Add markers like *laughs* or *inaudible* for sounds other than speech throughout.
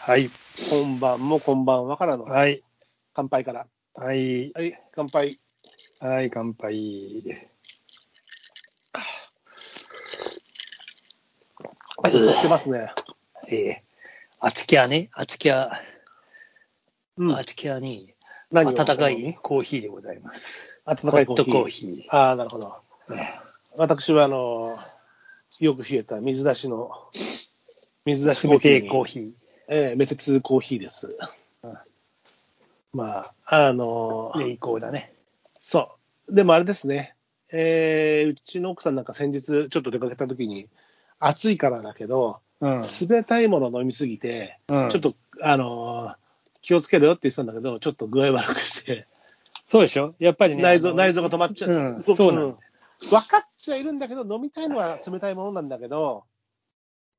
はい。こんばんもこんばんはからのはい。乾杯から。はい。はい、乾杯。はい、乾杯。あ、そうってますね。ええあつきやね、あつきや、うん。あつきやに、何を温か。いコーヒーでございます。温ホかいッコトーヒー。コーヒああ、なるほど。ー。え私は、あの、よく冷えた水出しの、水出えしコ冷ーヒーてに。いコーヒー。ええ、メテツコーヒーです。うんまあ、あの、冷以降だね。そう。でもあれですね。えーうちの奥さんなんか先日ちょっと出かけた時に、暑いからだけど、うん。冷たいもの飲みすぎて、うん、ちょっと、あのー気をつけるよって言ってたんだけど、ちょっと具合悪くして、そうでしょやっぱりね。内臓、あの内臓が止まっちゃうんごくそうなんだよ分かっちゃいるんだけど、飲みたいのは冷たいものなんだけど、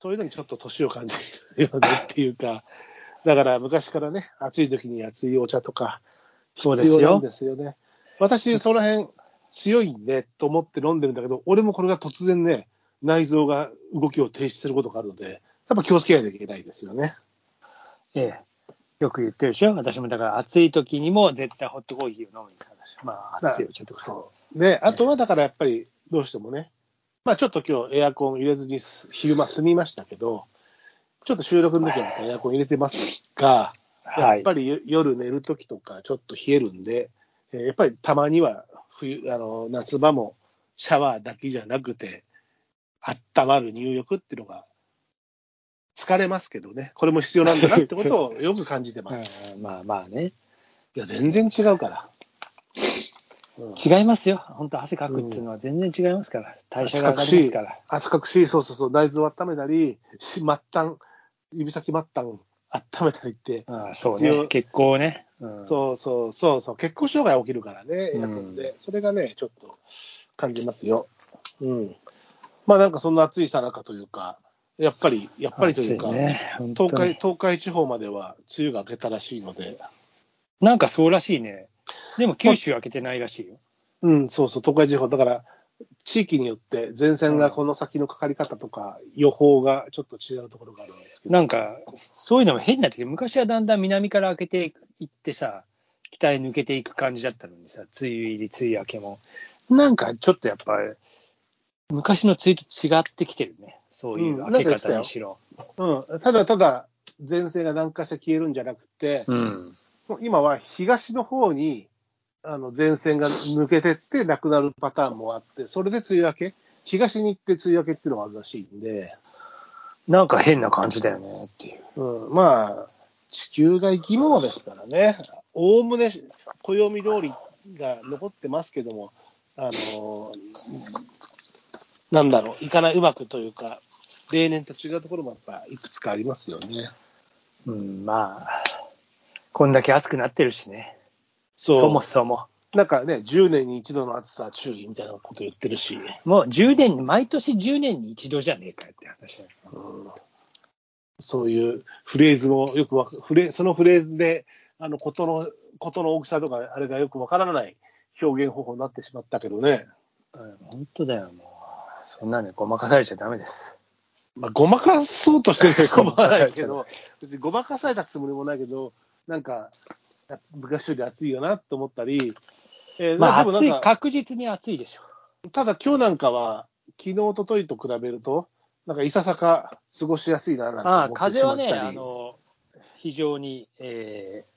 そういうのにちょっと年を感じるよねっていうか、 *laughs* だから昔からね、暑い時に熱いお茶とか、そうです必よ要なんですよね。私、その辺、強いねと思って飲んでるんだけど、俺もこれが突然ね、内臓が動きを停止することがあるので、やっぱ気をつけないといけないですよね。ええ、よく言ってるでしょ私もだから暑い時にも絶対ホットコーヒーを飲むにさまあ暑いよちょっとそう。で、あとはだからやっぱりどうしてもね、まあちょっと今日エアコン入れずにす昼間済みましたけど、ちょっと収録の時はエアコン入れてますが、はやっいぱりよ夜寝る時とかちょっと冷えるんで、えーやっぱりたまには冬あの夏場もシャワーだけじゃなくて、温まる入浴っていうのが疲れますけどね、これも必要なんだなってことをよく感じてます。うんまあまあねいや、全然違うから。うん違いますよ本当汗かくっつうのは全然違いますから、代謝が上がりますから汗かくし、そうそうそう、内臓を温めたり、し末端、指先末端を温めたりって、ああそう必要ね血行をね、うん、そうそうそうそう、血行障害起きるからね、エアコンで、うそれがね、ちょっと感じますよ。うん。まあなんかそんな暑いさなかというか、やっぱり、やっぱりというか、暑ね本当に東海東海地方までは梅雨が明けたらしいので、なんかそうらしいねでも九州開けてないらしいよ、うん、そうそう、東海地方、だから、地域によって前線がこの先のかかり方とか、予報がちょっと違うところがあるんですけど。なんかそういうのも変になってきて昔はだんだん南から開けていってさ北へ抜けていく感じだったのにさ梅雨入り梅雨明けもなんかちょっとやっぱり昔の梅雨と違ってきてるねそういううん開け方にしろ、うん、ただただ前線が南下して消えるんじゃなくて、うんもう今は東の方にあの前線が抜けてってなくなるパターンもあって、それで梅雨明け、東に行って梅雨明けっていうのがあるらしいんで、なんか変な感じだよねっていううん、まあ、地球が生き物ですからね、おおむね暦通りが残ってますけども、あのなんだろう、いかないうまくというか、例年と違うところもやっぱいくつかありますよね。うんまあこんだけ暑くなってるしねそそうもそもなんかね、10年に一度の暑さ注意みたいなこと言ってるし、もう10年に毎年10年に一度じゃねえかよって話だようんそういうフレーズもよくわかフレ、そのフレーズで、あの、ことの、ことの大きさとか、あれがよくわからない表現方法になってしまったけどね。うん本当だよもうそんなねごまかされちゃダメですまあ、ごまかそうとしてる構わないけ *laughs* ごど、別にごまかされたつもりもないけど、なんか、やっぱ昔より暑いよなと思ったり、えーまあ、でもなん暑い、か確実に暑いでしょ。ただ今日なんかは、昨日、一昨日と比べると、なんかいささか過ごしやすいななんてああ、思って風しまはったり。ね、あの、非常に、えー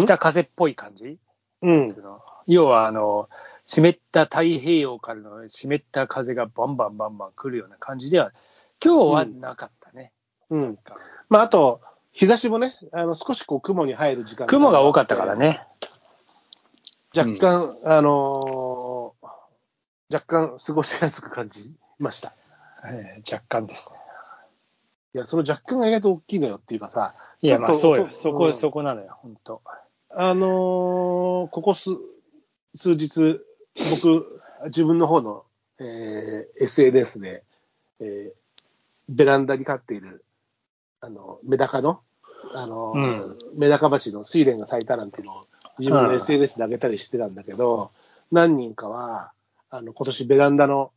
ん北風っぽい感じ、うんそ。の要は、あの、湿った太平洋からの湿った風がバンバンバンバン来るような感じでは、今日はなかったね。うん。まあ、あと、日差しもね、あの少しこう雲に入る時間雲が多かったから。ね。若干、あのー若干過ごしやすく感じました。えー若干ですね。いや、その若干が意外と大きいのよっていうかさ、いや、まあ、ちょそっうとよ。そうんこ、そこなのよ、本当。あのーここ数数日、僕、自分の方の、えー SNS で、えーベランダに飼っている、あの、メダカの、あのーうんメダカ鉢の睡蓮が咲いたなんていうのを自分うのん SNS で上げたりしてたんだけど、何人かは、あの、今年ベランダの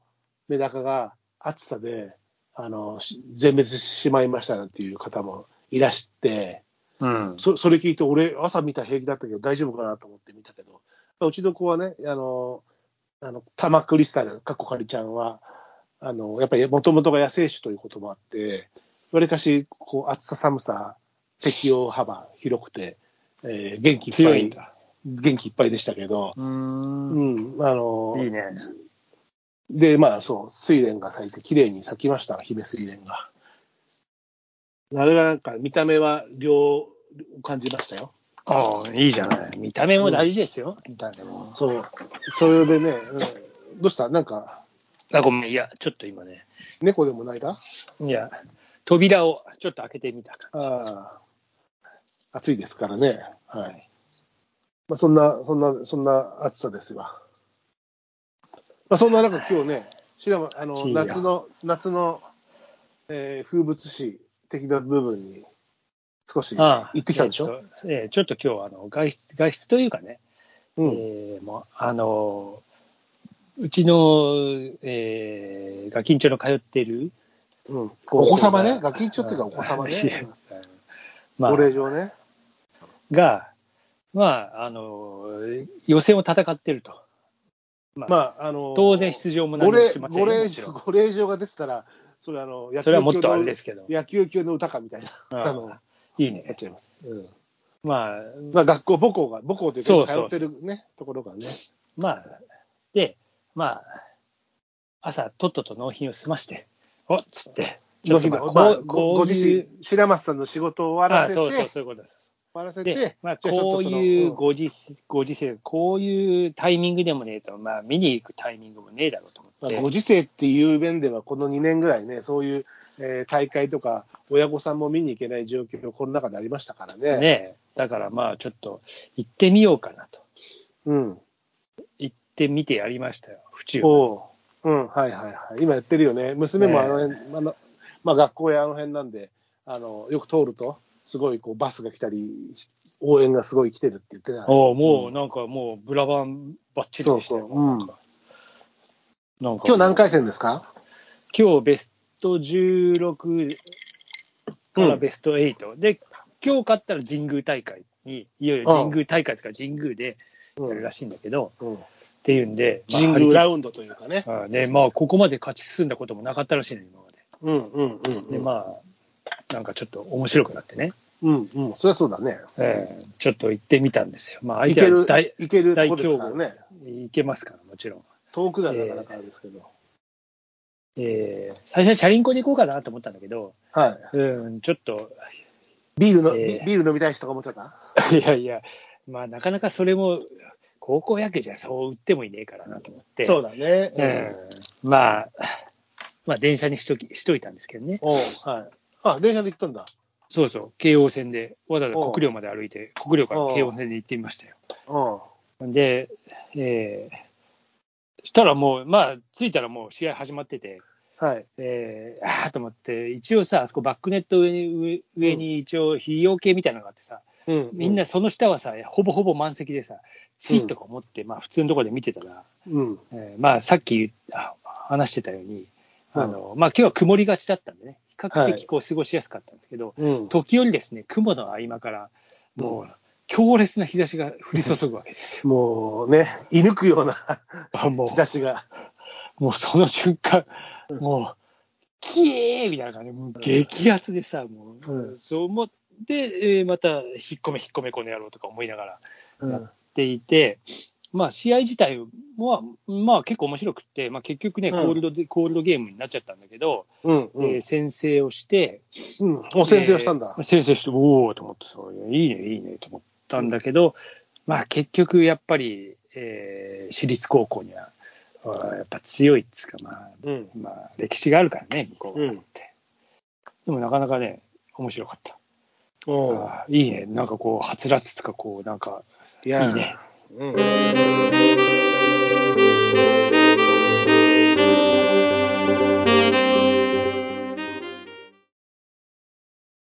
メダカが暑さであの、し全滅してしまいましたなんていう方もいらして、うん。そそれ聞いて、俺、朝見た平気だったけど、大丈夫かなと思って見たけど、うちの子はね、あの、あのタマクリスタル、かっこかりちゃんは、あのやっぱりもともとが野生種ということもあって、わりかしこう暑さ、寒さ、適応幅広くて、えー元気いっぱい強いんだ。元気いっぱいでしたけど、うん。うん、あのいいね。で、まあそう、睡蓮が咲いて、綺麗に咲きました、姫睡蓮が。あれがなんか、見た目は両を感じましたよ。ああ、いいじゃない。見た目も大事ですよ。見た目も。そう、それでね、うんどうしたなんか、あ、ごめん。いや、ちょっと今ね。猫でも泣いたいや、扉をちょっと開けてみたかああ暑いですからね。はい。まあ、そんな、そんな、そんな暑さですわ。まあ、そんな中、今日ね、しらも、あの暑、いよ夏の、夏の、えー風物詩的な部分に、少しああ行ってきたでしょ、えっとえーちょっと今日はあの外出、外出というかね、うん。えーもうあのーうちの、えー、ガキンチョの通っているうん、高校おが子様ね、ガキンチョっていうかお子様ね、いやうんまご令あ、嬢ね。が、まあ、あのー予選を戦ってると。まあまあ、あの当然出場も何ごも令しませんよご令もちろ嬢んご令嬢が出てたら、それあの野それはもっ球教とのあれですけど。野球級の歌かみたいな、あああのやいいっね。ちゃいます。うんまあ、まあ、学校、母校が、母校というそうか、通そうってるね、ところがね。まあ、で、まあ、朝、とっとと納品を済まして、おっつって、ちょのっと日まあの、まあ、こうごこごういう自身、白松さんの仕事を終わあらせて、そうそう、終そういうことです。わらせでて、、まあ、じゃあちょこっとうそのいううんご時世、ご時世、こういうタイミングでもねえと、まあ、見に行くタイミングもねえだろうとま思あって、ご時世っていう面では、この2年ぐらいね、そういう、えー大会とか、親御さんも見に行けない状況、コロナ禍でありましたからねね。えだからまあ、ちょっと行ってみようかなと、うん。行ってみてやりましたよ、府中。おううん、はいはいはい。今やってるよね。娘もねあの辺、あのまあ、学校やあの辺なんで、あのよく通ると、すごいこうバスが来たり、応援がすごい来てるって言ってた。おうもうなんかもう、ブラバンばっちりでしたよ、そうそううんなんかなんか今日何回戦ですか今日ベスト16からベスト8、で、今日勝ったら神宮大会に、いよいよ神宮大会ですから、神宮でうやんるらしいんだけど、うんっていうんで、まあ神宮ラウンドというかね。ああね、まあ、ここまで勝ち進んだこともなかったらしいね、今まで。うんうんうん。で、まあ、なんかちょっと面白くなってね、うんうん。そりゃそうだね。ええちょっと行ってみたんですよ。まあ、い相け手はる大、、いけると大こです強から豪ね。行けますから、もちろん。遠くだなかなかですけど。ええ最初はチャリンコで行こうかなと思ったんだけど、はい。うん、ちょっと、 *laughs* ビールの、えービビール飲みたい人が持っちゃったいやいや、まあ、なかなかそれも、高校野球じゃそう売ってもいねえからなと思って、そうだね。うんまあ、まあ、電車にしときしといたんですけどね、うん。おうはい。あ、電車で行ったんだ。そうそう、京王線で、わざわざおう国領まで歩いて、国領からおう京王線で行ってみましたよ。うん。で、えーしたらもう、まあ、着いたらもう試合始まってて、はい。えー、ああと思って、一応さ、あそこバックネット上に上上に一応、費用計みたいなのがあってさ、うん。みんな、その下はさ、ほぼほぼ満席でさ、シートか持って、まあ、普通のところで見てたら、うん。えーまあ、さっき言あ話してたように、うんあのまあ今日は曇りがちだったんでね、比較は的いこう過ごしやすかったんですけど、うん。時折ですね、雲の合間から、もう強烈な日差しが降り注ぐわけですよ。もうね、射抜くよ *laughs* うな *laughs* あも日差しが。う、もうその瞬間、もう、キエーみたいな感じで、もう激アツでさ、もう、うんそう思って、えーまた、引っ込め、引っ込め、この野郎とか思いながらうんやっていて、まあ、試合自体は、まあ、結構面白くって、まあ、結局ね、うんコールドで、コールドゲームになっちゃったんだけど、うん。うえーん。先制をして、うんお先生をしたんだえー。先制して、おおと思ってそういいね、いいねと思ったんだけど、まあ結局やっぱり、えー私立高校には、あーやっぱ強いっつうか、まあ、うん。まあ歴史があるからね、向こうはと思って。でもなかなかね、面白かった。おうあーいいね、なんかこう、はつらつとか、こう、なんか、いやいいねうん。